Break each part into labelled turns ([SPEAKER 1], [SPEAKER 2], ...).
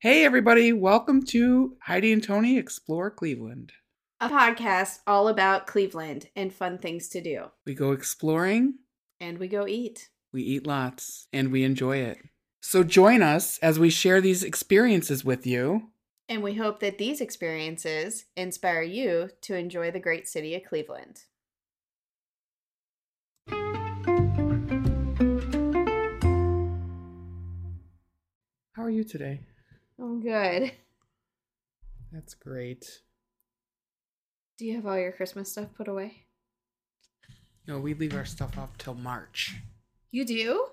[SPEAKER 1] Hey, everybody, welcome to Heidi and Tony Explore Cleveland.
[SPEAKER 2] a podcast all about Cleveland and fun things to do.
[SPEAKER 1] We go exploring,
[SPEAKER 2] And we go eat.
[SPEAKER 1] we eat lots, and we enjoy it. So join us as we share these experiences with you.
[SPEAKER 2] And we hope that these experiences inspire you to enjoy the great city of Cleveland.
[SPEAKER 1] How are you today?
[SPEAKER 2] Oh, good.
[SPEAKER 1] That's great.
[SPEAKER 2] Do you have all your Christmas stuff put away?
[SPEAKER 1] No, we leave our stuff up till March.
[SPEAKER 2] You do?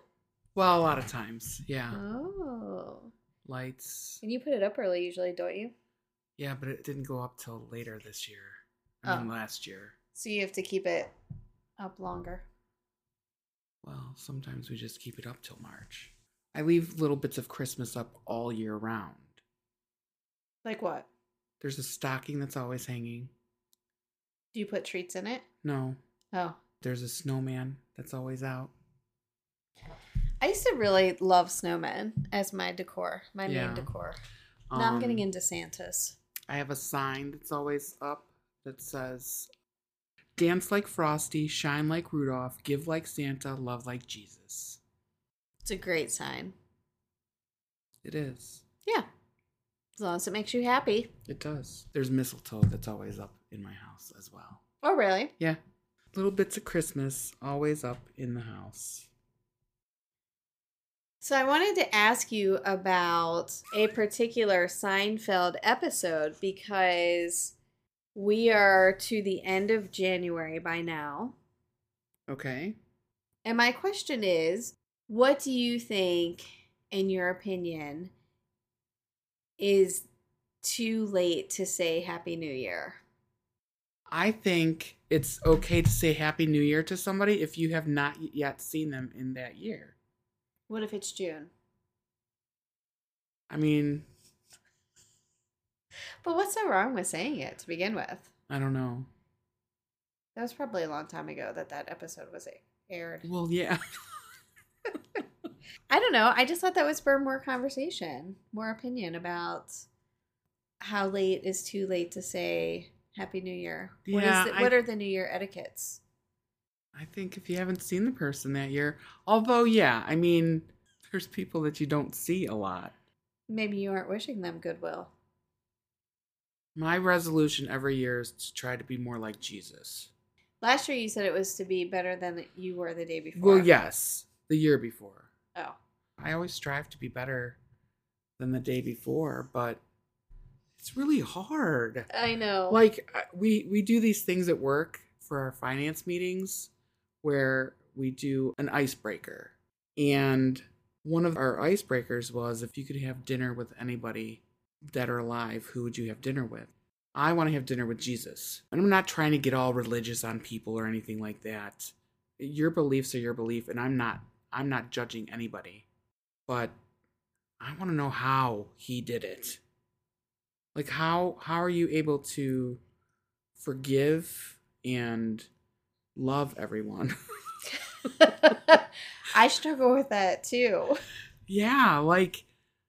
[SPEAKER 1] Well, a lot of times, yeah.
[SPEAKER 2] Oh.
[SPEAKER 1] Lights.
[SPEAKER 2] And you put it up early usually, don't you?
[SPEAKER 1] Yeah, but it didn't go up till later this year. I
[SPEAKER 2] Oh.
[SPEAKER 1] mean, last year.
[SPEAKER 2] So you have to keep it up longer.
[SPEAKER 1] Well, sometimes we just keep it up till March. I leave little bits of Christmas up all year round.
[SPEAKER 2] Like what?
[SPEAKER 1] There's a stocking that's always hanging.
[SPEAKER 2] Do you put treats in it?
[SPEAKER 1] No,
[SPEAKER 2] Oh.
[SPEAKER 1] there's a snowman that's always out.
[SPEAKER 2] I used to really love snowmen as my decor, my
[SPEAKER 1] Yeah.
[SPEAKER 2] main decor. now I'm getting
[SPEAKER 1] Um,
[SPEAKER 2] into Santa's.
[SPEAKER 1] I have a sign that's always up that says, "Dance like Frosty, shine like Rudolph, give like Santa, love like Jesus."
[SPEAKER 2] It's a great sign.
[SPEAKER 1] It is.
[SPEAKER 2] Yeah. As long as it makes you happy.
[SPEAKER 1] It does. There's mistletoe that's always up in my house as well.
[SPEAKER 2] Oh, really?
[SPEAKER 1] Yeah. Little bits of Christmas always up in the house.
[SPEAKER 2] So I wanted to ask you about a particular Seinfeld episode because we are to the end of January by now.
[SPEAKER 1] Okay.
[SPEAKER 2] And my question is what do you think, in your opinion, is too late to say Happy New Year?
[SPEAKER 1] I think it's okay to say Happy New Year to somebody if you have not yet seen them in that year.
[SPEAKER 2] What if it's June?
[SPEAKER 1] I mean,
[SPEAKER 2] But what's so wrong with saying it to begin with?
[SPEAKER 1] I don't know.
[SPEAKER 2] That was probably a long time ago that that episode was aired.
[SPEAKER 1] Well, yeah.
[SPEAKER 2] I don't know. I just thought that would spur more conversation, more opinion about how late is too late to say Happy New Year. What is
[SPEAKER 1] Yeah,
[SPEAKER 2] the,
[SPEAKER 1] I-
[SPEAKER 2] what are the New Year etiquettes?
[SPEAKER 1] I think if you haven't seen the person that year, although, yeah, I mean, there's people that you don't see a lot.
[SPEAKER 2] Maybe you aren't wishing them goodwill.
[SPEAKER 1] My resolution every year is to try to be more like Jesus.
[SPEAKER 2] Last year you said it was to be better than you were the day before.
[SPEAKER 1] Well, yes, the year before.
[SPEAKER 2] Oh,
[SPEAKER 1] I always strive to be better than the day before, but it's really hard.
[SPEAKER 2] I know.
[SPEAKER 1] like I- we we do these things at work for our finance meetings where we do an icebreaker and one of our icebreakers was if you could have dinner with anybody dead or alive who would you have dinner with i want to have dinner with jesus and i'm not trying to get all religious on people or anything like that your beliefs are your belief and i'm not i'm not judging anybody but i want to know how he did it like how how are you able to forgive and love everyone
[SPEAKER 2] I struggle with that too.
[SPEAKER 1] yeah like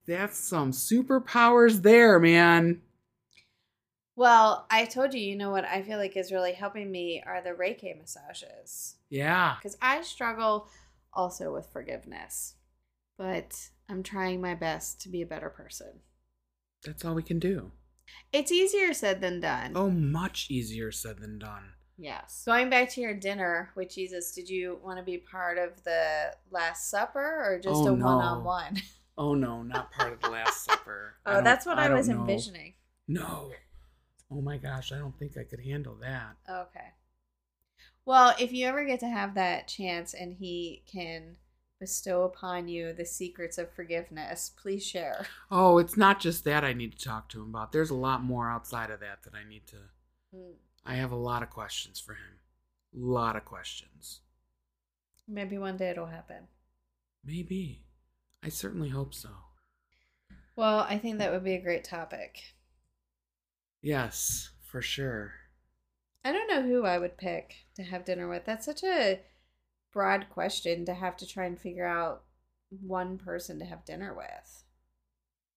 [SPEAKER 1] that's some superpowers there man
[SPEAKER 2] Well, I told you, you know what I feel like is really helping me are the Reiki massages.
[SPEAKER 1] yeah
[SPEAKER 2] because I struggle also with forgiveness, but I'm trying my best to be a better person.
[SPEAKER 1] that's all we can do
[SPEAKER 2] It's easier said than done.
[SPEAKER 1] oh much easier said than done
[SPEAKER 2] Yes. Going back to your dinner with Jesus, did you want to be part of the Last Supper or just
[SPEAKER 1] Oh,
[SPEAKER 2] a
[SPEAKER 1] no.
[SPEAKER 2] one on one?
[SPEAKER 1] oh no not part of the last supper I
[SPEAKER 2] Oh,
[SPEAKER 1] don't-
[SPEAKER 2] that's what I,
[SPEAKER 1] don't
[SPEAKER 2] was
[SPEAKER 1] know.
[SPEAKER 2] envisioning.
[SPEAKER 1] no oh my gosh i don't think i could handle that
[SPEAKER 2] Okay. Well, if you ever get to have that chance and he can bestow upon you the secrets of forgiveness, please share.
[SPEAKER 1] oh it's not just that i need to talk to him about there's a lot more outside of that that i need to
[SPEAKER 2] Hmm.
[SPEAKER 1] I have a lot of questions for him. A lot of questions.
[SPEAKER 2] Maybe one day it'll happen.
[SPEAKER 1] Maybe. I certainly hope so.
[SPEAKER 2] Well, I think that would be a great topic.
[SPEAKER 1] Yes, for sure.
[SPEAKER 2] I don't know who I would pick to have dinner with. That's such a broad question to have to try and figure out one person to have dinner with.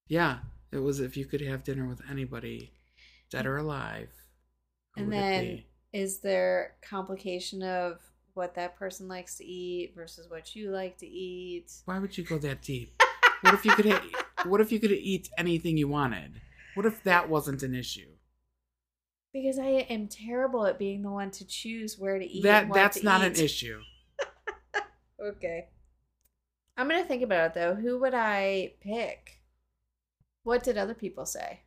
[SPEAKER 1] Yeah, It was if you could have dinner with anybody, dead or alive. who
[SPEAKER 2] And
[SPEAKER 1] would it
[SPEAKER 2] then-
[SPEAKER 1] be?
[SPEAKER 2] Is there complication of what that person likes to eat versus what you like to eat?
[SPEAKER 1] why would you go that deep? what if you could? Ha- what if you could eat anything you wanted? What if that wasn't an issue?
[SPEAKER 2] Because I am terrible at being the one to choose where to eat. and
[SPEAKER 1] that
[SPEAKER 2] what
[SPEAKER 1] that's
[SPEAKER 2] to
[SPEAKER 1] not
[SPEAKER 2] eat.
[SPEAKER 1] an issue.
[SPEAKER 2] Okay. I'm gonna think about it though. Who would I pick? What did other people say?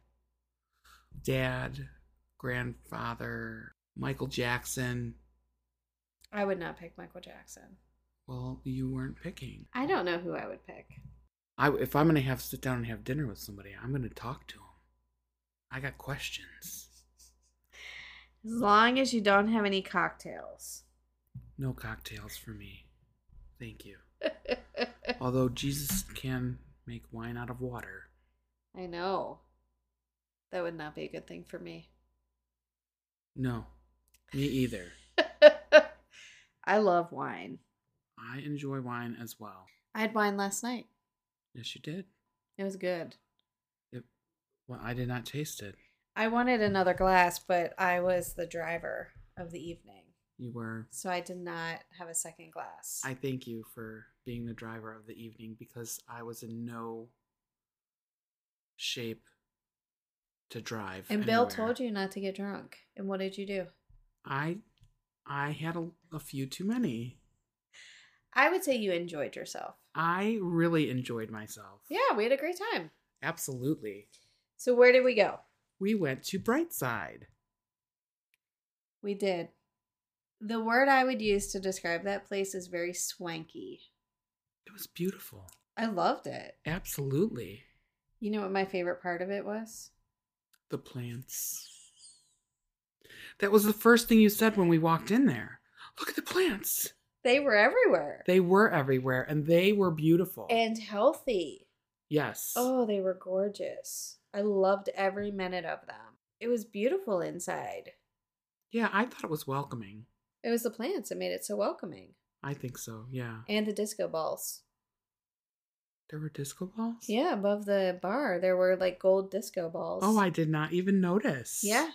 [SPEAKER 1] Dad, grandfather, Michael Jackson.
[SPEAKER 2] I would not pick Michael Jackson.
[SPEAKER 1] Well, you weren't picking.
[SPEAKER 2] I don't know who I would pick.
[SPEAKER 1] I if I'm gonna have sit down and have dinner with somebody, I'm gonna talk to them. I got questions.
[SPEAKER 2] As long as you don't have any cocktails.
[SPEAKER 1] No cocktails for me. Thank you. Although Jesus can make wine out of water.
[SPEAKER 2] I know. That would not be a good thing for me.
[SPEAKER 1] No, me either.
[SPEAKER 2] I love wine.
[SPEAKER 1] I enjoy wine as well.
[SPEAKER 2] I had wine last night.
[SPEAKER 1] Yes, you did.
[SPEAKER 2] It was good.
[SPEAKER 1] Well, I did not taste it.
[SPEAKER 2] I wanted another glass, but I was the driver of the evening.
[SPEAKER 1] You were.
[SPEAKER 2] So I did not have a second glass.
[SPEAKER 1] I thank you for being the driver of the evening because I was in no shape to drive.
[SPEAKER 2] and Bill
[SPEAKER 1] anywhere.
[SPEAKER 2] told you not to get drunk. And what did you do?
[SPEAKER 1] I I had a, a few too many.
[SPEAKER 2] I would say you enjoyed yourself.
[SPEAKER 1] I really enjoyed myself.
[SPEAKER 2] Yeah, we had a great time.
[SPEAKER 1] Absolutely.
[SPEAKER 2] So where did we go?
[SPEAKER 1] We went to Brightside.
[SPEAKER 2] We did. The word I would use to describe that place is very swanky.
[SPEAKER 1] It was beautiful.
[SPEAKER 2] I loved it.
[SPEAKER 1] Absolutely.
[SPEAKER 2] You know what my favorite part of it was?
[SPEAKER 1] The plants. That was the first thing you said when we walked in there. Look at the plants.
[SPEAKER 2] They were everywhere
[SPEAKER 1] They were everywhere and they were beautiful.
[SPEAKER 2] and healthy.
[SPEAKER 1] yes.
[SPEAKER 2] Oh, they were gorgeous. I loved every minute of them. It was beautiful inside.
[SPEAKER 1] Yeah, I thought it was welcoming.
[SPEAKER 2] It was the plants that made it so welcoming
[SPEAKER 1] I think so. Yeah.
[SPEAKER 2] and the disco balls.
[SPEAKER 1] There were disco balls?
[SPEAKER 2] Yeah, above the bar, there were like gold disco balls.
[SPEAKER 1] Oh, I did not even notice.
[SPEAKER 2] Yeah.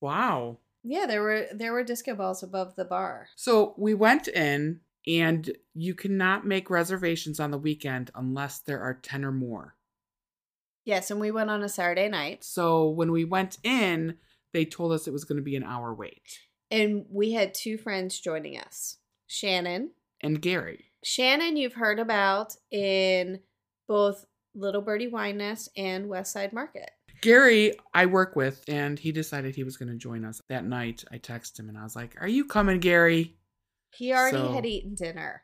[SPEAKER 1] Wow.
[SPEAKER 2] Yeah, there were there were disco balls above the bar.
[SPEAKER 1] So we went in, and you cannot make reservations on the weekend unless there are 10 or more.
[SPEAKER 2] Yes, and we went on a Saturday night
[SPEAKER 1] So when we went in, they told us it was going to be an hour wait.
[SPEAKER 2] and we had two friends joining us. Shannon.
[SPEAKER 1] And Gary,
[SPEAKER 2] Shannon you've heard about in both Little Birdie Wine Nest and West Side Market.
[SPEAKER 1] Gary, I work with, and he decided he was going to join us that night. I texted him and I was like, Are you coming, Gary?
[SPEAKER 2] He already
[SPEAKER 1] So-
[SPEAKER 2] had eaten dinner.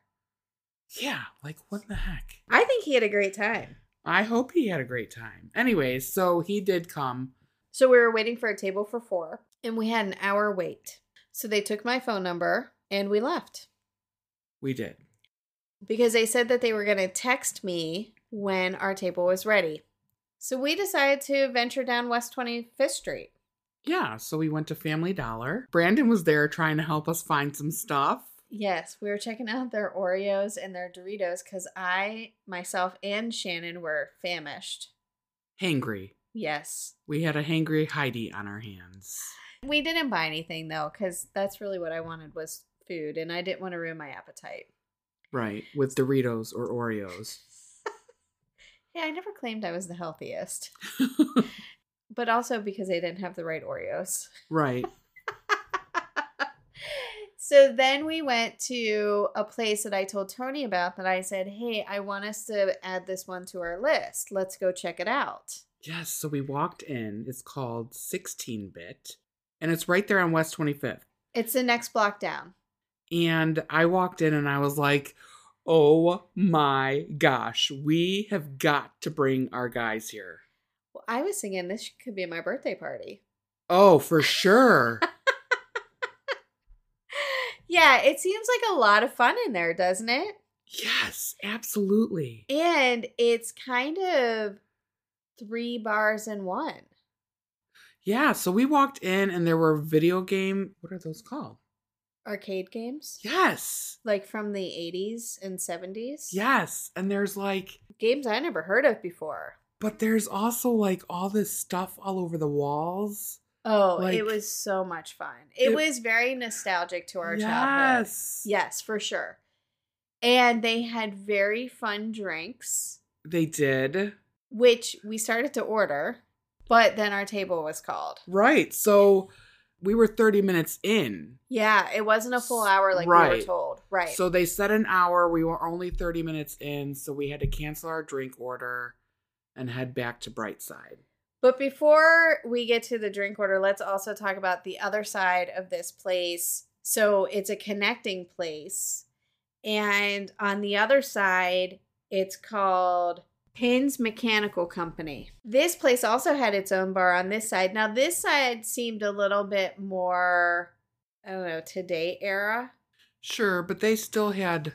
[SPEAKER 1] Yeah, like what the heck?
[SPEAKER 2] I think he had a great time.
[SPEAKER 1] I hope he had a great time. Anyways, so he did come.
[SPEAKER 2] So we were waiting for a table for four, and we had an hour wait. So they took my phone number and we left
[SPEAKER 1] We did.
[SPEAKER 2] because they said that they were going to text me when our table was ready. So we decided to venture down West 25th Street.
[SPEAKER 1] Yeah, so we went to Family Dollar. Brandon was there trying to help us find some stuff.
[SPEAKER 2] Yes, we were checking out their Oreos and their Doritos because I, myself, and Shannon were famished.
[SPEAKER 1] Hangry.
[SPEAKER 2] Yes.
[SPEAKER 1] We had a hangry Heidi on our hands.
[SPEAKER 2] We didn't buy anything though because that's really what I wanted was food and I didn't want to ruin my appetite.
[SPEAKER 1] Right, with Doritos or Oreos.
[SPEAKER 2] Yeah, I never claimed I was the healthiest, but also because they didn't have the right Oreos.
[SPEAKER 1] right.
[SPEAKER 2] so then we went to a place that I told Tony about that I said, hey, I want us to add this one to our list. Let's go check it out.
[SPEAKER 1] Yes, so we walked in. It's called 16 Bit, and it's right there on West 25th.
[SPEAKER 2] It's the next block down.
[SPEAKER 1] And I walked in and I was like, oh my gosh, we have got to bring our guys here.
[SPEAKER 2] Well, I was thinking this could be my birthday party.
[SPEAKER 1] Oh, for sure.
[SPEAKER 2] Yeah, it seems like a lot of fun in there, doesn't it?
[SPEAKER 1] yes, absolutely.
[SPEAKER 2] And it's kind of three bars in one.
[SPEAKER 1] Yeah, so we walked in and there were video game, what are those called?
[SPEAKER 2] Arcade games?
[SPEAKER 1] Yes.
[SPEAKER 2] Like from the 80s and 70s?
[SPEAKER 1] Yes, and there's like
[SPEAKER 2] Games I never heard of before.
[SPEAKER 1] But there's also like all this stuff all over the walls.
[SPEAKER 2] Oh,
[SPEAKER 1] Like-
[SPEAKER 2] it was so much fun. It,
[SPEAKER 1] It-
[SPEAKER 2] was very nostalgic to our childhood. Yes, for sure. And they had very fun drinks,
[SPEAKER 1] They did.
[SPEAKER 2] which we started to order, but then our table was called.
[SPEAKER 1] Right. So we were 30 minutes in.
[SPEAKER 2] Yeah, it wasn't a full hour like we
[SPEAKER 1] Right.
[SPEAKER 2] were told. Right.
[SPEAKER 1] So they said an hour. We were only 30 minutes in. So we had to cancel our drink order and head back to Brightside.
[SPEAKER 2] But before we get to the drink order, let's also talk about the other side of this place. So it's a connecting place. And on the other side, it's called Pins Mechanical Company. This place also had its own bar on this side. Now, this side seemed a little bit more, I don't know, today era.
[SPEAKER 1] Sure, but they still had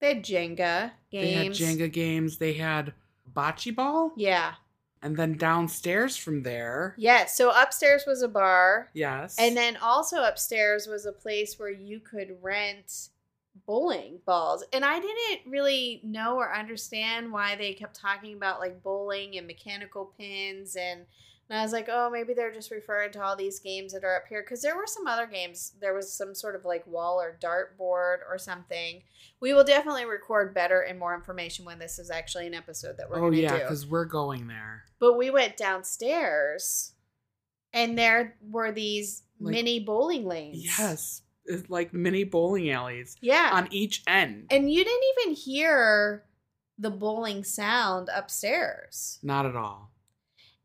[SPEAKER 2] They had Jenga games.
[SPEAKER 1] they had Jenga games. They had bocce ball.
[SPEAKER 2] Yeah.
[SPEAKER 1] And then downstairs from there.
[SPEAKER 2] Yeah. So upstairs was a bar.
[SPEAKER 1] Yes.
[SPEAKER 2] And then also upstairs was a place where you could rent bowling balls. And I didn't really know or understand why they kept talking about like bowling and mechanical pins and and I was like, oh, maybe they're just referring to all these games that are up here. Because there were some other games. There was some sort of like wall or dartboard or something. We will definitely record better and more information when this is actually an episode that we're
[SPEAKER 1] oh
[SPEAKER 2] going to
[SPEAKER 1] yeah,
[SPEAKER 2] do.
[SPEAKER 1] because we're going there.
[SPEAKER 2] But we went downstairs, and there were these
[SPEAKER 1] Like-
[SPEAKER 2] mini bowling lanes.
[SPEAKER 1] Yes, it's like mini bowling alleys
[SPEAKER 2] Yeah.
[SPEAKER 1] on each end.
[SPEAKER 2] and you didn't even hear the bowling sound upstairs.
[SPEAKER 1] Not at all.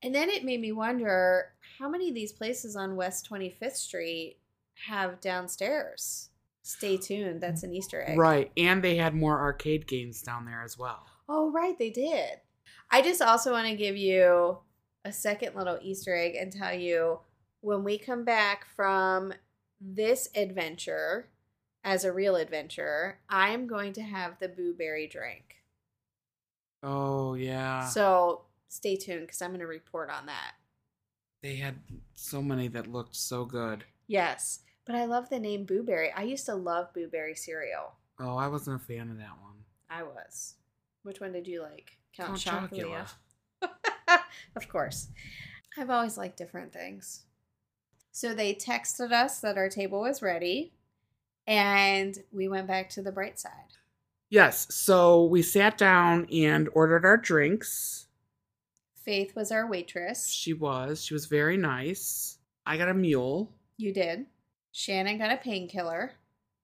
[SPEAKER 2] And then it made me wonder how many of these places on West 25th Street have downstairs? Stay tuned. That's an Easter egg.
[SPEAKER 1] Right, and they had more arcade games down there as well.
[SPEAKER 2] Oh, right. They did. I just also want to give you a second little Easter egg and tell you when we come back from this adventure as a real adventure, I am going to have the boo berry drink.
[SPEAKER 1] Oh yeah,
[SPEAKER 2] So stay tuned because I'm going to report on that.
[SPEAKER 1] they had so many that looked so good.
[SPEAKER 2] Yes. But I love the name Boo Berry. I used to love Boo Berry cereal.
[SPEAKER 1] Oh, I wasn't a fan of that one.
[SPEAKER 2] I was. Which one did you like? Count,
[SPEAKER 1] Count
[SPEAKER 2] Chocula.
[SPEAKER 1] Chocula.
[SPEAKER 2] of course. I've always liked different things. So they texted us that our table was ready and we went back to the bright side.
[SPEAKER 1] Yes, so we sat down and ordered our drinks.
[SPEAKER 2] Faith was our waitress.
[SPEAKER 1] She was. She was very nice. I got a mule.
[SPEAKER 2] You did. Shannon got a painkiller,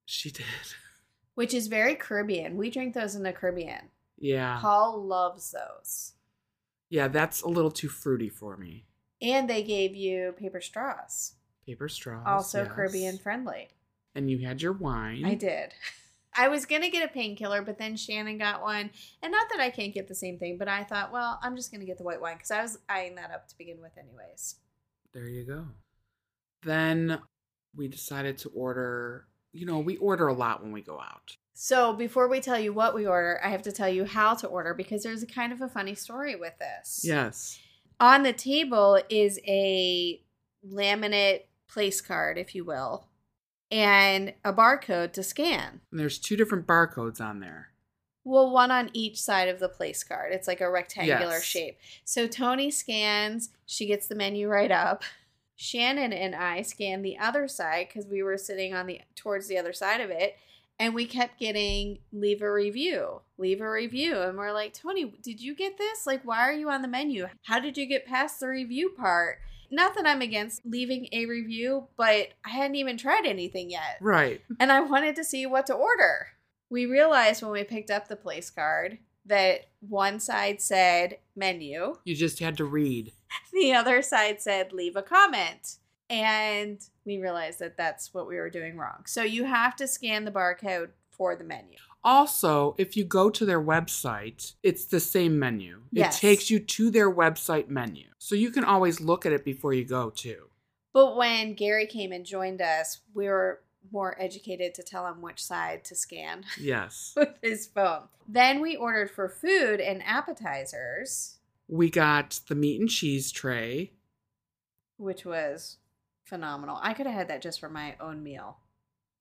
[SPEAKER 1] She did.
[SPEAKER 2] which is very Caribbean. We drink those in the Caribbean.
[SPEAKER 1] Yeah.
[SPEAKER 2] Paul loves those.
[SPEAKER 1] Yeah, that's a little too fruity for me.
[SPEAKER 2] And they gave you paper straws,
[SPEAKER 1] Paper straws.
[SPEAKER 2] also
[SPEAKER 1] yes.
[SPEAKER 2] Caribbean friendly.
[SPEAKER 1] And you had your wine.
[SPEAKER 2] I did. I was gonna get a painkiller, but then Shannon got one, and not that I can't get the same thing, but I thought, well, I'm just gonna get the white wine because I was eyeing that up to begin with, anyways.
[SPEAKER 1] There you go. Then we decided to order, you know, we order a lot when we go out.
[SPEAKER 2] So before we tell you what we order, I have to tell you how to order because there's a kind of a funny story with this.
[SPEAKER 1] Yes.
[SPEAKER 2] On the table is a laminate place card, if you will, and a barcode to scan.
[SPEAKER 1] And there's two different barcodes on there.
[SPEAKER 2] Well, one on each side of the place card. It's like a rectangular
[SPEAKER 1] Yes.
[SPEAKER 2] shape. So Tony scans, she gets the menu right up. Shannon and I scanned the other side because we were sitting on the towards the other side of it. And we kept getting leave a review, leave a review. And we're like, Tony, did you get this? Like, why are you on the menu? How did you get past the review part? Not that I'm against leaving a review, but I hadn't even tried anything yet
[SPEAKER 1] Right.
[SPEAKER 2] and I wanted to see what to order. We realized when we picked up the place card that one side said menu,
[SPEAKER 1] You just had to read.
[SPEAKER 2] the other side said leave a comment. And we realized that that's what we were doing wrong. So you have to scan the barcode for the menu.
[SPEAKER 1] Also, if you go to their website, it's the same menu.
[SPEAKER 2] Yes.
[SPEAKER 1] It takes you to their website menu. So you can always look at it before you go too.
[SPEAKER 2] But when Gary came and joined us, we were more educated to tell him which side to scan.
[SPEAKER 1] Yes.
[SPEAKER 2] with his phone. Then we ordered for food and appetizers,
[SPEAKER 1] we got the meat and cheese tray.
[SPEAKER 2] which was phenomenal. I could have had that just for my own meal.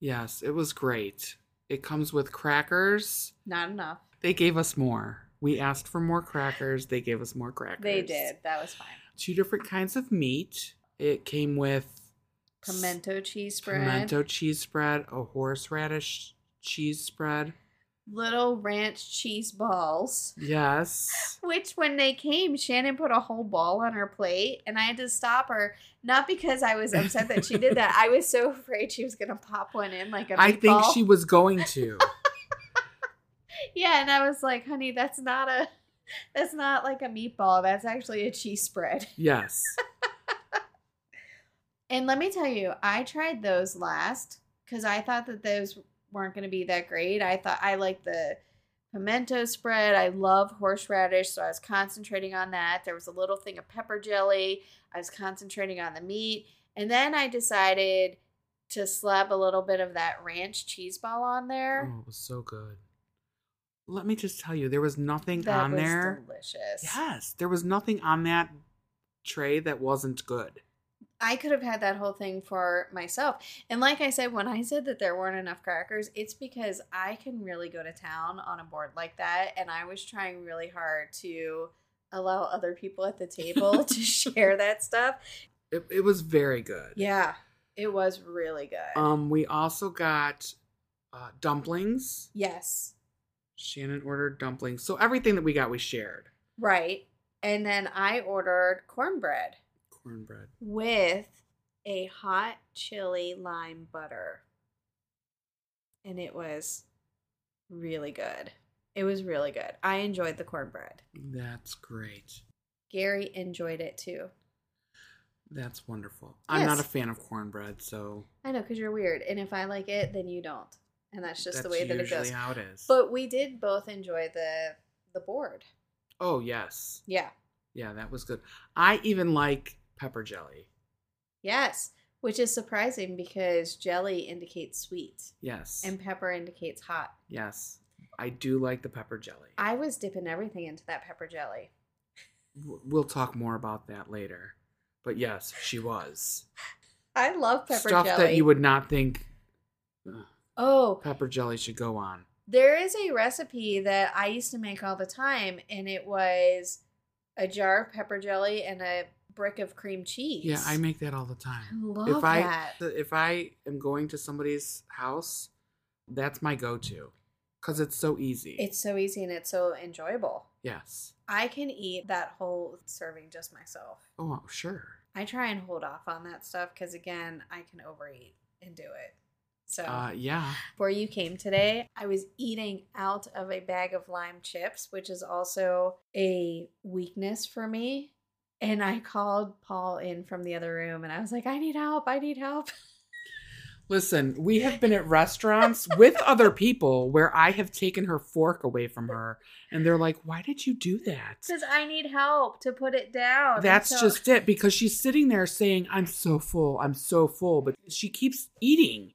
[SPEAKER 1] Yes, it was great. It comes with crackers.
[SPEAKER 2] Not enough.
[SPEAKER 1] They gave us more. We asked for more crackers. They gave us more crackers.
[SPEAKER 2] They did. That was fine.
[SPEAKER 1] Two different kinds of meat. It came with s-
[SPEAKER 2] Pimento cheese spread.
[SPEAKER 1] pimento cheese spread, a horseradish cheese spread.
[SPEAKER 2] Little ranch cheese balls.
[SPEAKER 1] Yes.
[SPEAKER 2] Which, when they came, Shannon put a whole ball on her plate, and I had to stop her. Not because I was upset that she did that. I was so afraid she was gonna pop one in like a meatball.
[SPEAKER 1] I think she was going to.
[SPEAKER 2] Yeah, and I was like, honey, that's not a that's not like a meatball. That's actually a cheese spread.
[SPEAKER 1] yes.
[SPEAKER 2] And let me tell you, I tried those last because I thought that those weren't going to be that great. I thought I liked the pimento spread. I love horseradish, so I was concentrating on that. There was a little thing of pepper jelly. I was concentrating on the meat. And then I decided to slap a little bit of that ranch cheese ball on there.
[SPEAKER 1] Oh, it was so good. Let me just tell you, there was nothing
[SPEAKER 2] that
[SPEAKER 1] on
[SPEAKER 2] was
[SPEAKER 1] there.
[SPEAKER 2] delicious.
[SPEAKER 1] Yes, there was nothing on that tray that wasn't good.
[SPEAKER 2] I could have had that whole thing for myself. And like I said, when I said that there weren't enough crackers, it's because I can really go to town on a board like that. And I was trying really hard to allow other people at the table to share that stuff.
[SPEAKER 1] It, it was very good.
[SPEAKER 2] Yeah, it was really good.
[SPEAKER 1] Um, we also got uh, dumplings.
[SPEAKER 2] yes,
[SPEAKER 1] Shannon ordered dumplings. So everything that we got, we shared.
[SPEAKER 2] right. And then I ordered cornbread
[SPEAKER 1] Cornbread.
[SPEAKER 2] with a hot chili lime butter. And it was really good. It was really good. I enjoyed the cornbread.
[SPEAKER 1] That's great.
[SPEAKER 2] Gary enjoyed it too.
[SPEAKER 1] That's wonderful. I'm not a
[SPEAKER 2] Yes.
[SPEAKER 1] fan of cornbread, so
[SPEAKER 2] I know because you're weird. And if I like it, then you don't. And that's just the way that it
[SPEAKER 1] usually
[SPEAKER 2] goes.
[SPEAKER 1] how it is.
[SPEAKER 2] But we did both enjoy the the board.
[SPEAKER 1] oh yes,
[SPEAKER 2] Yeah.
[SPEAKER 1] yeah, that was good. I even like pepper jelly.
[SPEAKER 2] Yes. Which is surprising because jelly indicates sweet
[SPEAKER 1] Yes,
[SPEAKER 2] and pepper indicates hot.
[SPEAKER 1] yes, I do like the pepper jelly.
[SPEAKER 2] I was dipping everything into that pepper jelly.
[SPEAKER 1] W- we'll talk more about that later. But yes, she was
[SPEAKER 2] I love pepper
[SPEAKER 1] stuff
[SPEAKER 2] jelly.
[SPEAKER 1] that you would not think
[SPEAKER 2] Oh,
[SPEAKER 1] pepper jelly should go on.
[SPEAKER 2] there is a recipe that I used to make all the time, and it was a jar of pepper jelly and a brick of cream cheese.
[SPEAKER 1] Yeah, I make that all the
[SPEAKER 2] I
[SPEAKER 1] time.
[SPEAKER 2] love
[SPEAKER 1] if I
[SPEAKER 2] that.
[SPEAKER 1] if I am going to somebody's house, that's my go-to because it's so easy.
[SPEAKER 2] It's so easy and it's so enjoyable.
[SPEAKER 1] yes.
[SPEAKER 2] I can eat that whole serving just myself.
[SPEAKER 1] Oh sure.
[SPEAKER 2] I try and hold off on that stuff because, again, I can overeat and do it. So
[SPEAKER 1] Uh, yeah.
[SPEAKER 2] before you came today, I was eating out of a bag of lime chips, which is also a weakness for me. And I called Paul in from the other room and I was like, I need help. I need help.
[SPEAKER 1] Listen, we have been at restaurants with other people where I have taken her fork away from her, and they're like, "Why did you do that?"
[SPEAKER 2] Because I need help to put it down. And
[SPEAKER 1] That's
[SPEAKER 2] so-
[SPEAKER 1] just it because she's sitting there saying, "I'm so full, I'm so full," but she keeps eating,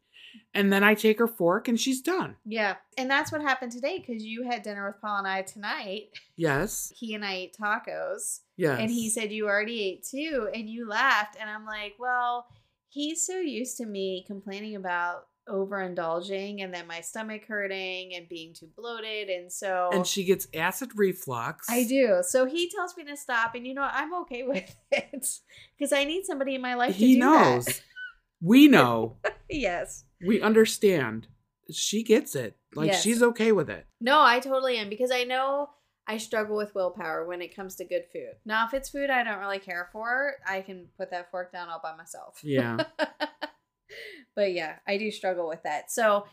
[SPEAKER 1] and then I take her fork and she's done.
[SPEAKER 2] Yeah. And that's what happened today because you had dinner with Paul and I tonight.
[SPEAKER 1] Yes,
[SPEAKER 2] He and I ate tacos.
[SPEAKER 1] yes.
[SPEAKER 2] And he said, You already ate too. And you laughed. And I'm like, Well, he's so used to me complaining about overindulging and then my stomach hurting and being too bloated. And so
[SPEAKER 1] and she gets acid reflux.
[SPEAKER 2] I do. So he tells me to stop. And you know, what? I'm okay with it because I need somebody in my life
[SPEAKER 1] He
[SPEAKER 2] to do that.
[SPEAKER 1] knows. We know.
[SPEAKER 2] yes.
[SPEAKER 1] we understand. She gets it. Like
[SPEAKER 2] Yes.
[SPEAKER 1] she's okay with it.
[SPEAKER 2] No, I totally am because I know I struggle with willpower when it comes to good food. Now, if it's food I don't really care for, I can put that fork down all by myself.
[SPEAKER 1] Yeah.
[SPEAKER 2] but yeah, I do struggle with that. So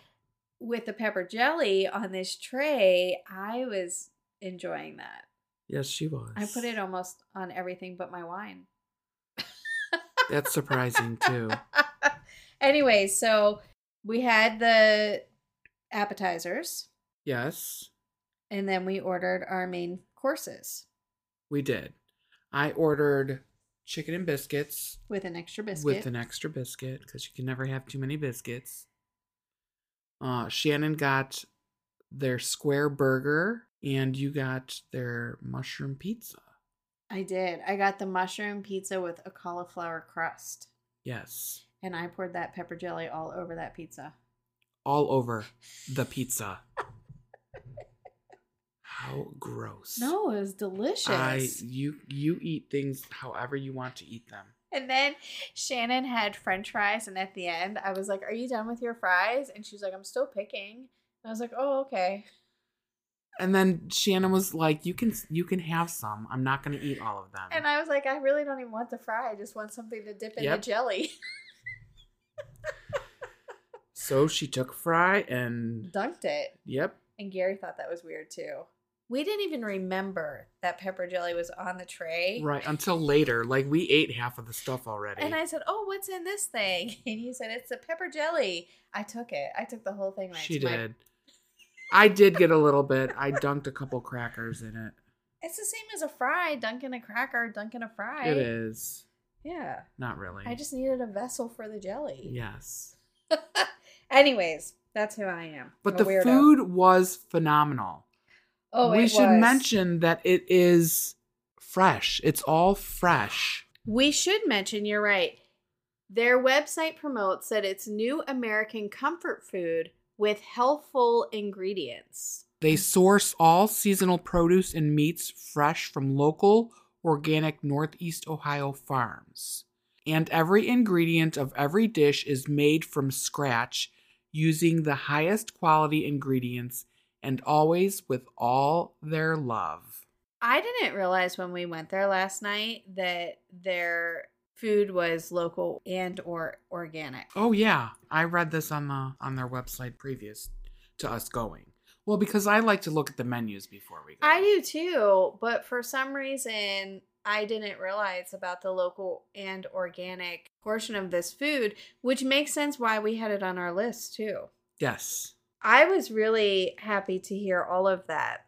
[SPEAKER 2] with the pepper jelly on this tray, I was enjoying that.
[SPEAKER 1] yes, she was.
[SPEAKER 2] I put it almost on everything but my wine.
[SPEAKER 1] That's surprising too.
[SPEAKER 2] anyway, so we had the appetizers
[SPEAKER 1] Yes,
[SPEAKER 2] and then we ordered our main courses
[SPEAKER 1] we did. I ordered chicken and biscuits
[SPEAKER 2] with an extra biscuit.
[SPEAKER 1] with an extra biscuit because you can never have too many biscuits. Uh, Shannon got their square burger and you got their mushroom pizza.
[SPEAKER 2] I did. I got the mushroom pizza with a cauliflower crust.
[SPEAKER 1] Yes,
[SPEAKER 2] And I poured that pepper jelly all over that pizza.
[SPEAKER 1] all over the pizza. How gross.
[SPEAKER 2] No, it was delicious.
[SPEAKER 1] I you you eat things however you want to eat them.
[SPEAKER 2] And then Shannon had french fries. And at the end, I was like, Are you done with your fries? And she was like, I'm still picking. And I was like, Oh, okay.
[SPEAKER 1] And then Shannon was like, "You can you can have some. I'm not going to eat all of them."
[SPEAKER 2] And I was like, I really don't even want the fry. I just want something to dip in
[SPEAKER 1] Yep.
[SPEAKER 2] the jelly.
[SPEAKER 1] so she took fry and
[SPEAKER 2] Dunked it.
[SPEAKER 1] yep,
[SPEAKER 2] And Gary thought that was weird too. We didn't even remember that pepper jelly was on the tray.
[SPEAKER 1] right until later. Like we ate half of the stuff already.
[SPEAKER 2] And I said, "Oh, what's in this thing?" And he said, "It's a pepper jelly." I took it. I took the whole thing. Right
[SPEAKER 1] she
[SPEAKER 2] to my-
[SPEAKER 1] did. I did get a little bit. I dunked a couple crackers in it.
[SPEAKER 2] it's the same as a fry, dunking a cracker, dunking a fry.
[SPEAKER 1] It is
[SPEAKER 2] Yeah.
[SPEAKER 1] not really.
[SPEAKER 2] I just needed a vessel for the jelly.
[SPEAKER 1] yes.
[SPEAKER 2] Anyways, that's who I am.
[SPEAKER 1] But
[SPEAKER 2] I'm
[SPEAKER 1] the
[SPEAKER 2] a weirdo.
[SPEAKER 1] food was phenomenal.
[SPEAKER 2] Oh,
[SPEAKER 1] we
[SPEAKER 2] it
[SPEAKER 1] should
[SPEAKER 2] was.
[SPEAKER 1] mention that it is fresh. It's all fresh.
[SPEAKER 2] We should mention, you're right. Their website promotes that it's new American comfort food with healthful ingredients.
[SPEAKER 1] They source all seasonal produce and meats fresh from local, organic Northeast Ohio farms. And every ingredient of every dish is made from scratch using the highest quality ingredients and always with all their love.
[SPEAKER 2] I didn't realize when we went there last night that their food was local and or organic.
[SPEAKER 1] Oh yeah, I read this on the on their website previous to us going. Well, because I like to look at the menus before we go.
[SPEAKER 2] I do too, but for some reason I didn't realize about the local and organic portion of this food, which makes sense why we had it on our list too.
[SPEAKER 1] Yes.
[SPEAKER 2] I was really happy to hear all of that.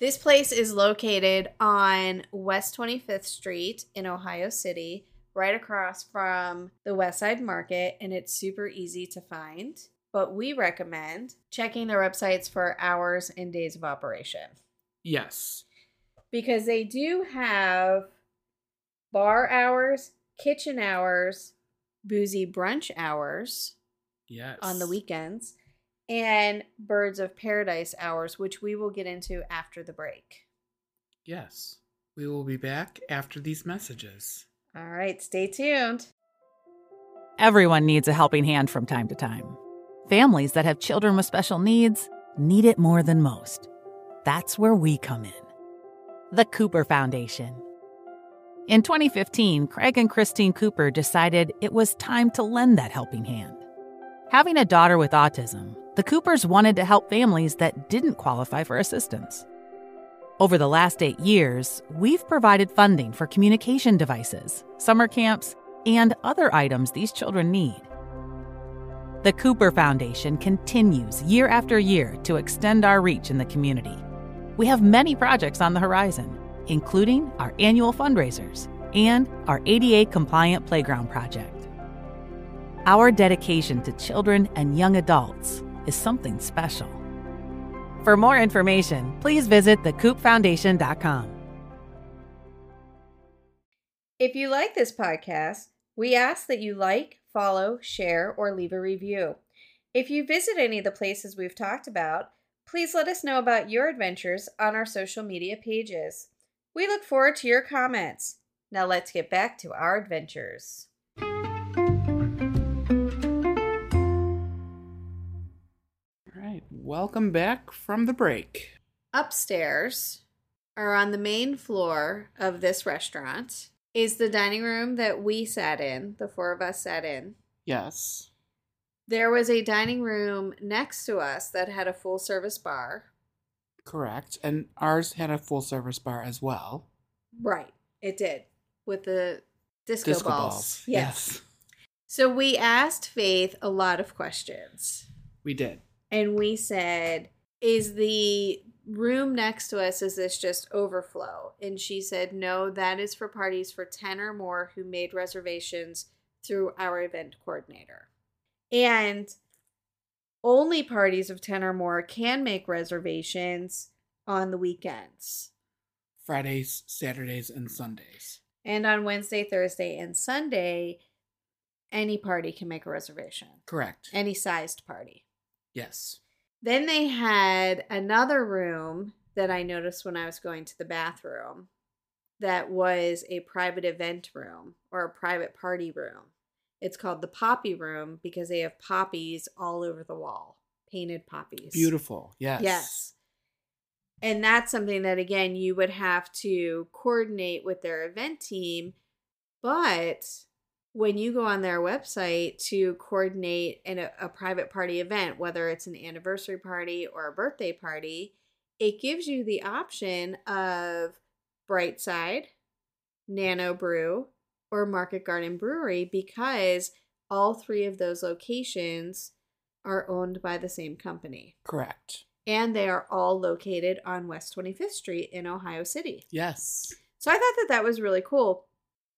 [SPEAKER 2] This place is located on West 25th Street in Ohio City, right across from the West Side Market, and it's super easy to find. But we recommend checking their websites for hours and days of operation
[SPEAKER 1] Yes.
[SPEAKER 2] because they do have bar hours, kitchen hours, boozy brunch hours
[SPEAKER 1] Yes.
[SPEAKER 2] on the weekends and birds of paradise hours which we will get into after the break
[SPEAKER 1] Yes. We will be back after these messages.
[SPEAKER 2] all right stay tuned
[SPEAKER 3] Everyone needs a helping hand from time to time. Families that have children with special needs need it more than most. That's where we come in. The Cooper Foundation. In 2015, Craig and Christine Cooper decided it was time to lend that helping hand. Having a daughter with autism, the Coopers wanted to help families that didn't qualify for assistance. Over the last eight years, we've provided funding for communication devices, summer camps, and other items these children need. The Cooper Foundation continues year after year to extend our reach in the community. We have many projects on the horizon, including our annual fundraisers and our ADA compliant playground project. Our dedication to children and young adults is something special. For more information, please visit thecoopfoundation.com.
[SPEAKER 2] if you like this podcast we ask that you like follow share or leave a review if you visit any of the places we've talked about please let us know about your adventures on our social media pages we look forward to your comments now let's get back to our adventures
[SPEAKER 1] All right. Welcome back from the break.
[SPEAKER 2] upstairs or on the main floor of this restaurant is the dining room that we sat in, the four of us sat in.
[SPEAKER 1] Yes.
[SPEAKER 2] There was a dining room next to us that had a full service bar.
[SPEAKER 1] Correct. And ours had a full service bar as well.
[SPEAKER 2] Right. It did. With the disco, balls. Yes.
[SPEAKER 1] yes.
[SPEAKER 2] So we asked Faith a lot of questions.
[SPEAKER 1] We did.
[SPEAKER 2] And we said, Is the room next to us, is this just overflow? And she said, No, that is for parties for 10 or more who made reservations through our event coordinator. And only parties of 10 or more can make reservations on the weekends
[SPEAKER 1] Fridays, Saturdays, and Sundays.
[SPEAKER 2] and on Wednesday, Thursday, and Sunday. Any party can make a reservation,
[SPEAKER 1] Correct.
[SPEAKER 2] any sized party.
[SPEAKER 1] yes.
[SPEAKER 2] Then they had another room that I noticed when I was going to the bathroom that was a private event room or a private party room. It's called the Poppy Room because they have poppies all over the wall, painted poppies.
[SPEAKER 1] Beautiful. Yes.
[SPEAKER 2] Yes. And that's something that, again, you would have to coordinate with their event team. But when you go on their website to coordinate an, a, a private party event, whether it's an anniversary party or a birthday party, it gives you the option of Brightside, Nano Brew, or Market Garden Brewery because all three of those locations are owned by the same company.
[SPEAKER 1] Correct.
[SPEAKER 2] And they are all located on West 25th Street in Ohio City.
[SPEAKER 1] Yes.
[SPEAKER 2] So I thought that that was really cool.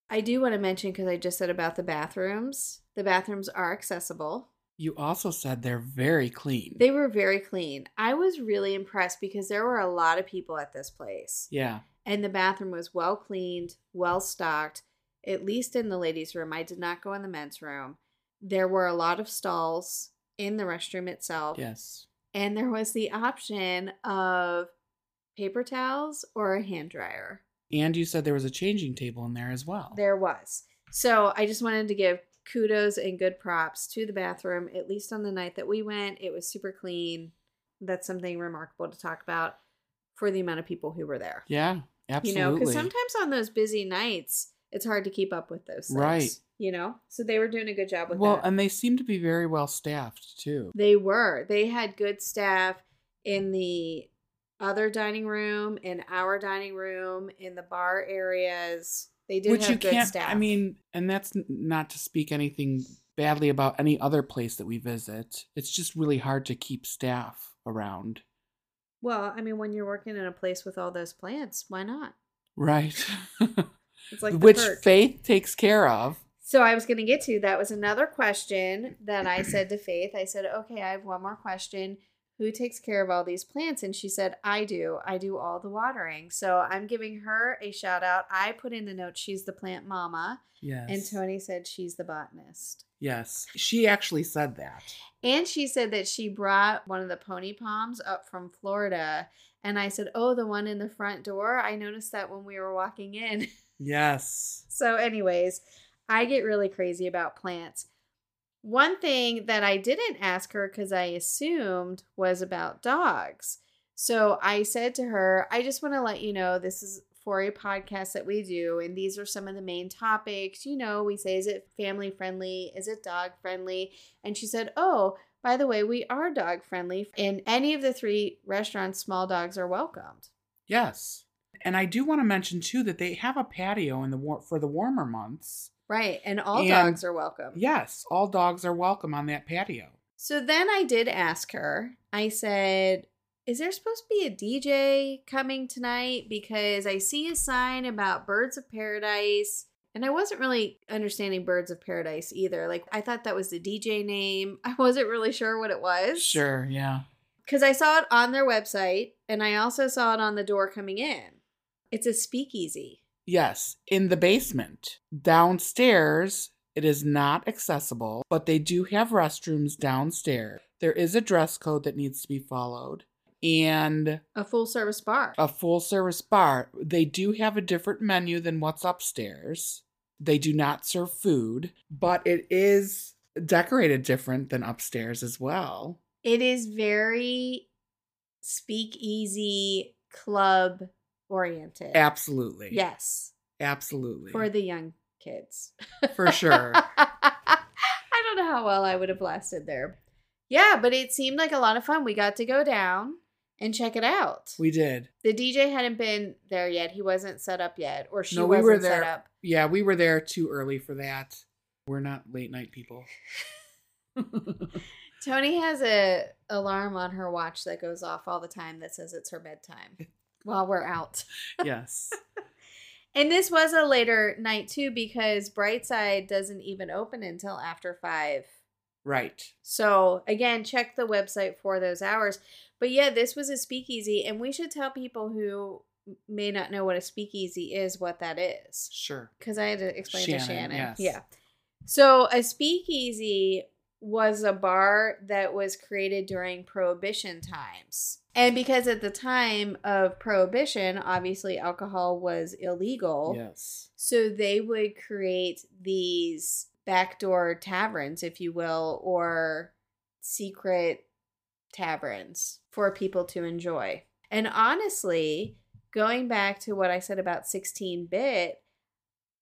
[SPEAKER 2] I do want to mention because I just said about the bathrooms, the bathrooms are accessible.
[SPEAKER 1] You also said they're very clean.
[SPEAKER 2] They were very clean. I was really impressed because there were a lot of people at this place.
[SPEAKER 1] yeah.
[SPEAKER 2] And the bathroom was well cleaned, well stocked, at least in the ladies' room. I did not go in the men's room. There were a lot of stalls in the restroom itself.
[SPEAKER 1] Yes.
[SPEAKER 2] And there was the option of paper towels or a hand dryer.
[SPEAKER 1] And you said there was a changing table in there as well.
[SPEAKER 2] There was. So I just wanted to give kudos and good props to the bathroom, at least on the night that we went. It was super clean. That's something remarkable to talk about for the amount of people who were there.
[SPEAKER 1] Yeah. Absolutely.
[SPEAKER 2] You know, because sometimes on those busy nights, it's hard to keep up with those things.
[SPEAKER 1] Right.
[SPEAKER 2] You know? So they were doing a good job with
[SPEAKER 1] well,
[SPEAKER 2] that.
[SPEAKER 1] and they seem to be very well staffed too.
[SPEAKER 2] They were. They had good staff in the other dining room, in our dining room, in the bar areas. They did
[SPEAKER 1] Which
[SPEAKER 2] have
[SPEAKER 1] you
[SPEAKER 2] good
[SPEAKER 1] can't.
[SPEAKER 2] staff.
[SPEAKER 1] I mean, and that's n- not to speak anything badly about any other place that we visit. It's just really hard to keep staff around.
[SPEAKER 2] well, I mean, when you're working in a place with all those plants, why not?
[SPEAKER 1] Right.
[SPEAKER 2] It's like the
[SPEAKER 1] Which
[SPEAKER 2] perk.
[SPEAKER 1] faith takes care of.
[SPEAKER 2] So I was going to get to that was another question that I said to Faith. I said, "Okay, I have one more question. Who takes care of all these plants?" And she said, "I do. I do all the watering." So I'm giving her a shout out. I put in the note she's the plant mama,
[SPEAKER 1] Yes.
[SPEAKER 2] and Tony said she's the botanist.
[SPEAKER 1] Yes. She actually said that.
[SPEAKER 2] And she said that she brought one of the pony palms up from Florida. And I said, "Oh, the one in the front door. I noticed that when we were walking in."
[SPEAKER 1] Yes.
[SPEAKER 2] So, anyways, I get really crazy about plants. One thing that I didn't ask her because I assumed was about dogs. So I said to her, I just want to let you know this is for a podcast that we do, and these are some of the main topics. You know, we say, is it family friendly? Is it dog friendly? And she said, Oh, by the way, we are dog friendly. In any of the three restaurants, small dogs are welcomed.
[SPEAKER 1] Yes. And I do want to mention too that they have a patio in the war- for the warmer months.
[SPEAKER 2] Right. And all
[SPEAKER 1] And-
[SPEAKER 2] dogs are welcome.
[SPEAKER 1] Yes, all dogs are welcome on that patio.
[SPEAKER 2] So then I did ask her. I said, "Is there supposed to be a DJ coming tonight because I see a sign about Birds of Paradise?" And I wasn't really understanding Birds of Paradise either. Like I thought that was the DJ name. I wasn't really sure what it was.
[SPEAKER 1] Sure, yeah.
[SPEAKER 2] Cuz I saw it on their website and I also saw it on the door coming in. It's a speakeasy.
[SPEAKER 1] Yes, in the basement. Downstairs, it is not accessible, but they do have restrooms downstairs. There is a dress code that needs to be followed and
[SPEAKER 2] A full service bar.
[SPEAKER 1] a full service bar. They do have a different menu than what's upstairs. They do not serve food, but it is decorated different than upstairs as well.
[SPEAKER 2] It is very speakeasy club oriented.
[SPEAKER 1] Absolutely.
[SPEAKER 2] Yes,
[SPEAKER 1] Absolutely.
[SPEAKER 2] for the young kids.
[SPEAKER 1] For sure.
[SPEAKER 2] I don't know how well I would have lasted there. Yeah, but it seemed like a lot of fun. We got to go down and check it out.
[SPEAKER 1] we did.
[SPEAKER 2] the DJ hadn't been there yet. He wasn't set up yet, or she
[SPEAKER 1] No, we
[SPEAKER 2] wasn't
[SPEAKER 1] were
[SPEAKER 2] set
[SPEAKER 1] there.
[SPEAKER 2] up.
[SPEAKER 1] Yeah, we were there too early for that. We're not late night people.
[SPEAKER 2] Tony has a alarm on her watch that goes off all the time that says it's her bedtime while we're out.
[SPEAKER 1] yes.
[SPEAKER 2] And this was a later night too because Brightside doesn't even open until after 5.
[SPEAKER 1] Right.
[SPEAKER 2] So, again, check the website for those hours. But yeah, this was a speakeasy and we should tell people who may not know what a speakeasy is what that is
[SPEAKER 1] Sure.
[SPEAKER 2] cuz I had to explain
[SPEAKER 1] Shannon,
[SPEAKER 2] to Shannon.
[SPEAKER 1] yes.
[SPEAKER 2] Yeah. So, a speakeasy was a bar that was created during prohibition times. And because at the time of prohibition, obviously alcohol was illegal.
[SPEAKER 1] Yes.
[SPEAKER 2] So they would create these backdoor taverns, if you will, or secret taverns for people to enjoy. And honestly, going back to what I said about 16 bit,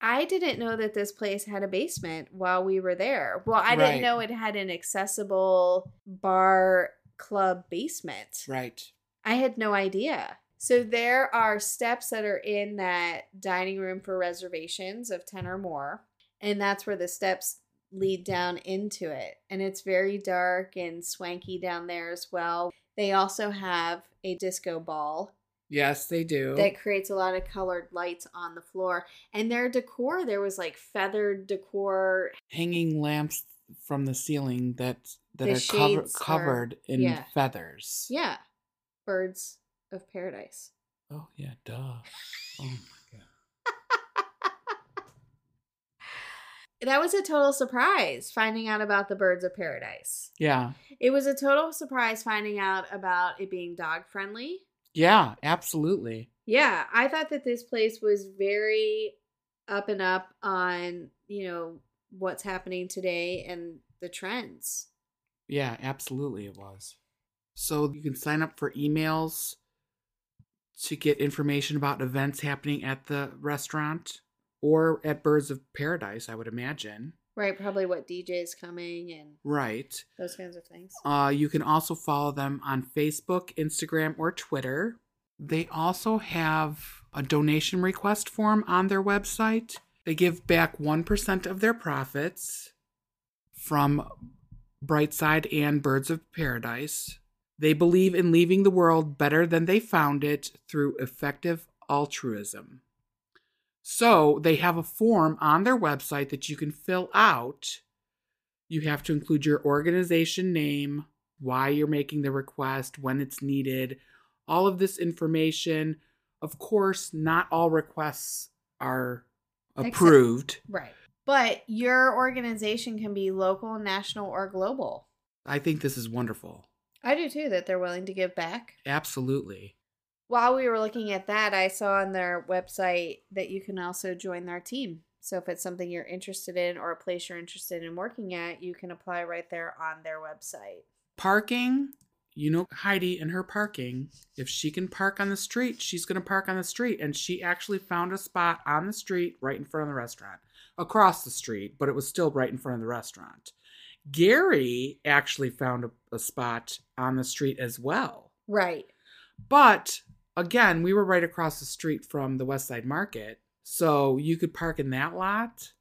[SPEAKER 2] I didn't know that this place had a basement while we were there. Well, I
[SPEAKER 1] Right.
[SPEAKER 2] didn't know it had an accessible bar club basement.
[SPEAKER 1] Right.
[SPEAKER 2] I had no idea. So there are steps that are in that dining room for reservations of 10 or more. And that's where the steps lead down into it. And it's very dark and swanky down there as well. They also have a disco ball
[SPEAKER 1] Yes, they do.
[SPEAKER 2] that creates a lot of colored lights on the floor. And their decor, there was like feathered decor.
[SPEAKER 1] Hanging lamps from the ceiling that that
[SPEAKER 2] The
[SPEAKER 1] are cover-
[SPEAKER 2] shades are-
[SPEAKER 1] covered in
[SPEAKER 2] yeah.
[SPEAKER 1] feathers.
[SPEAKER 2] Yeah. Birds of paradise.
[SPEAKER 1] Oh yeah, duh. Oh my god.
[SPEAKER 2] That was a total surprise finding out about the birds of paradise.
[SPEAKER 1] Yeah.
[SPEAKER 2] It was a total surprise finding out about it being dog friendly.
[SPEAKER 1] Yeah, absolutely.
[SPEAKER 2] Yeah, I thought that this place was very up and up on, you know, what's happening today and the trends.
[SPEAKER 1] Yeah, absolutely it was. So you can sign up for emails to get information about events happening at the restaurant or at Birds of Paradise, I would imagine.
[SPEAKER 2] Right, probably what DJ's coming and
[SPEAKER 1] Right.
[SPEAKER 2] those kinds of things.
[SPEAKER 1] Uh, you can also follow them on Facebook, Instagram, or Twitter. They also have a donation request form on their website. They give back 1% of their profits from Brightside and Birds of Paradise. They believe in leaving the world better than they found it through effective altruism. So they have a form on their website that you can fill out you have to include your organization name, why you're making the request, when it's needed, all of this information. Of course, not all requests are
[SPEAKER 2] Except-
[SPEAKER 1] approved.
[SPEAKER 2] Right. But your organization can be local, national, or global.
[SPEAKER 1] I think this is wonderful.
[SPEAKER 2] I do too that they're willing to give back.
[SPEAKER 1] Absolutely.
[SPEAKER 2] While we were looking at that, I saw on their website that you can also join their team. So if it's something you're interested in or a place you're interested in working at, you can apply right there on their website.
[SPEAKER 1] Parking, you know, Heidi and her parking, if she can park on the street, she's going to park on the street. And she actually found a spot on the street right in front of the restaurant, across the street, but it was still right in front of the restaurant. Gary actually found a, a spot on the street as well.
[SPEAKER 2] Right.
[SPEAKER 1] But again, we were right across the street from the West Side Market. So you could park in that lot.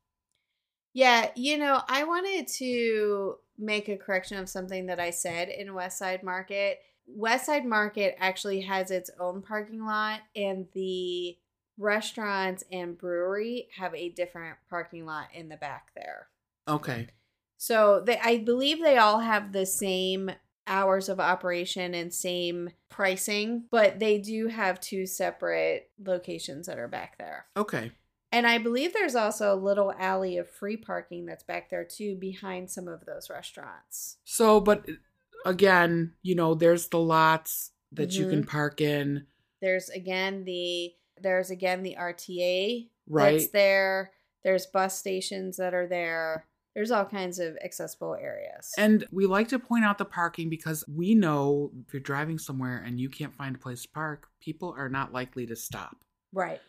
[SPEAKER 2] Yeah, you know, I wanted to make a correction of something that I said in West Side Market. West Side Market actually has its own parking lot, and the restaurants and brewery have a different parking lot in the back there.
[SPEAKER 1] Okay.
[SPEAKER 2] So they, I believe they all have the same hours of operation and same pricing, but they do have two separate locations that are back there.
[SPEAKER 1] Okay.
[SPEAKER 2] And I believe there's also a little alley of free parking that's back there too behind some of those restaurants.
[SPEAKER 1] So, but again, you know, there's the lots that you
[SPEAKER 2] Mhm.
[SPEAKER 1] can park in,
[SPEAKER 2] There's again the there's again the RTA
[SPEAKER 1] right?
[SPEAKER 2] that's there. There's bus stations that are there. There's all kinds of accessible areas.
[SPEAKER 1] And we like to point out the parking because we know if you're driving somewhere and you can't find a place to park, people are not likely to stop.
[SPEAKER 2] right.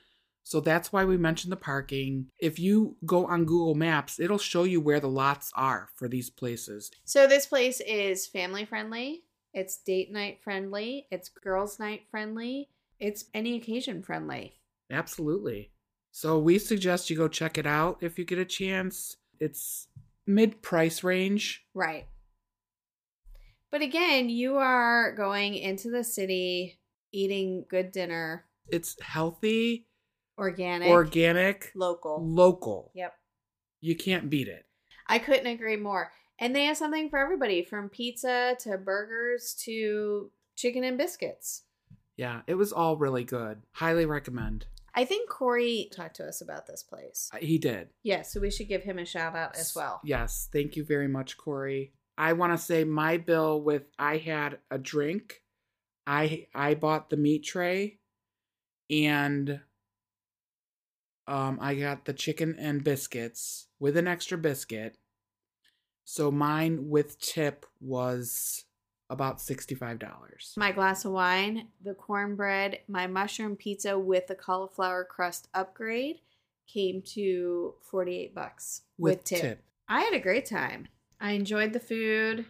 [SPEAKER 1] So that's why we mentioned the parking. If you go on Google Maps, it'll show you where the lots are for these places.
[SPEAKER 2] So this place is family friendly. It's date night friendly. It's girls' night friendly. It's any occasion friendly.
[SPEAKER 1] Absolutely. So we suggest you go check it out if you get a chance. It's mid price range.
[SPEAKER 2] Right. But again, you are going into the city, eating good dinner,
[SPEAKER 1] It's healthy,
[SPEAKER 2] organic,
[SPEAKER 1] organic,
[SPEAKER 2] local.
[SPEAKER 1] local.
[SPEAKER 2] Yep.
[SPEAKER 1] You can't beat it.
[SPEAKER 2] I couldn't agree more. And they have something for everybody from pizza to burgers to chicken and biscuits.
[SPEAKER 1] Yeah, it was all really good. Highly recommend.
[SPEAKER 2] I think Corey talked to us about this place.
[SPEAKER 1] Uh, He did.
[SPEAKER 2] Yeah, so we should give him a shout out as well.
[SPEAKER 1] Yes. Thank you very much, Corey. I want to say my bill with I had a drink. I I bought the meat tray and um I got the chicken and biscuits with an extra biscuit. So mine with tip was about $65.
[SPEAKER 2] My glass of wine, the cornbread, my mushroom pizza with the cauliflower crust upgrade came to 48 bucks I had a great time. I enjoyed the food,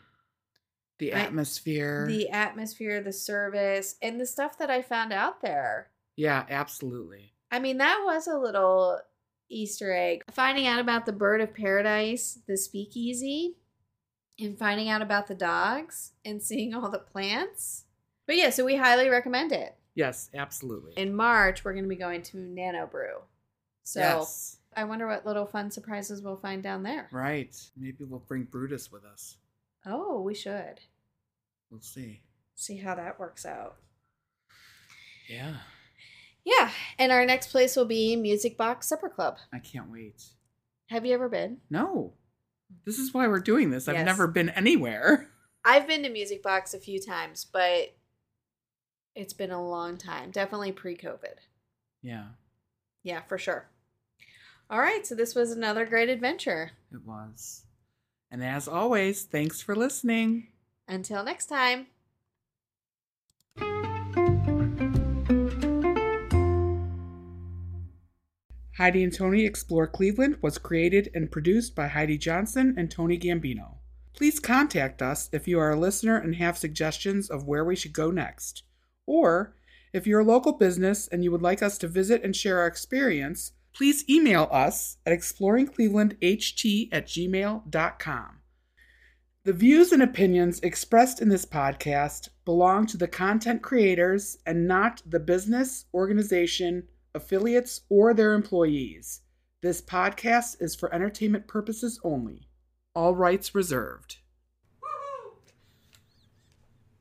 [SPEAKER 1] The
[SPEAKER 2] I-
[SPEAKER 1] atmosphere.
[SPEAKER 2] the atmosphere, the service, and the stuff that I found out there.
[SPEAKER 1] yeah, absolutely.
[SPEAKER 2] I mean, that was a little Easter egg. Finding out about the bird of paradise, the speakeasy, and finding out about the dogs and seeing all the plants. But yeah, so we highly recommend it.
[SPEAKER 1] Yes, absolutely.
[SPEAKER 2] In March, we're going to be going to Nano Brew. So
[SPEAKER 1] yes.
[SPEAKER 2] I wonder what little fun surprises we'll find down there.
[SPEAKER 1] Right. Maybe we'll bring Brutus with us.
[SPEAKER 2] Oh, we should
[SPEAKER 1] We'll see.
[SPEAKER 2] see how that works out.
[SPEAKER 1] Yeah.
[SPEAKER 2] Yeah, and our next place will be Music Box Supper Club.
[SPEAKER 1] I can't wait.
[SPEAKER 2] Have you ever been?
[SPEAKER 1] No. This is why we're doing this. I've
[SPEAKER 2] Yes.
[SPEAKER 1] never been anywhere.
[SPEAKER 2] I've been to Music Box a few times, but it's been a long time. Definitely pre COVID.
[SPEAKER 1] Yeah,
[SPEAKER 2] Yeah, for sure. All right, so this was another great adventure.
[SPEAKER 1] it was. And as always, thanks for listening.
[SPEAKER 2] Until next time.
[SPEAKER 1] Heidi and Tony Explore Cleveland was created and produced by Heidi Johnson and Tony Gambino. Please contact us if you are a listener and have suggestions of where we should go next. Or if you're a local business and you would like us to visit and share our experience, please email us at exploringclevelandht at gmail.com. The views and opinions expressed in this podcast belong to the content creators and not the business, organization, affiliates, or their employees. This podcast is for entertainment purposes only. All rights reserved.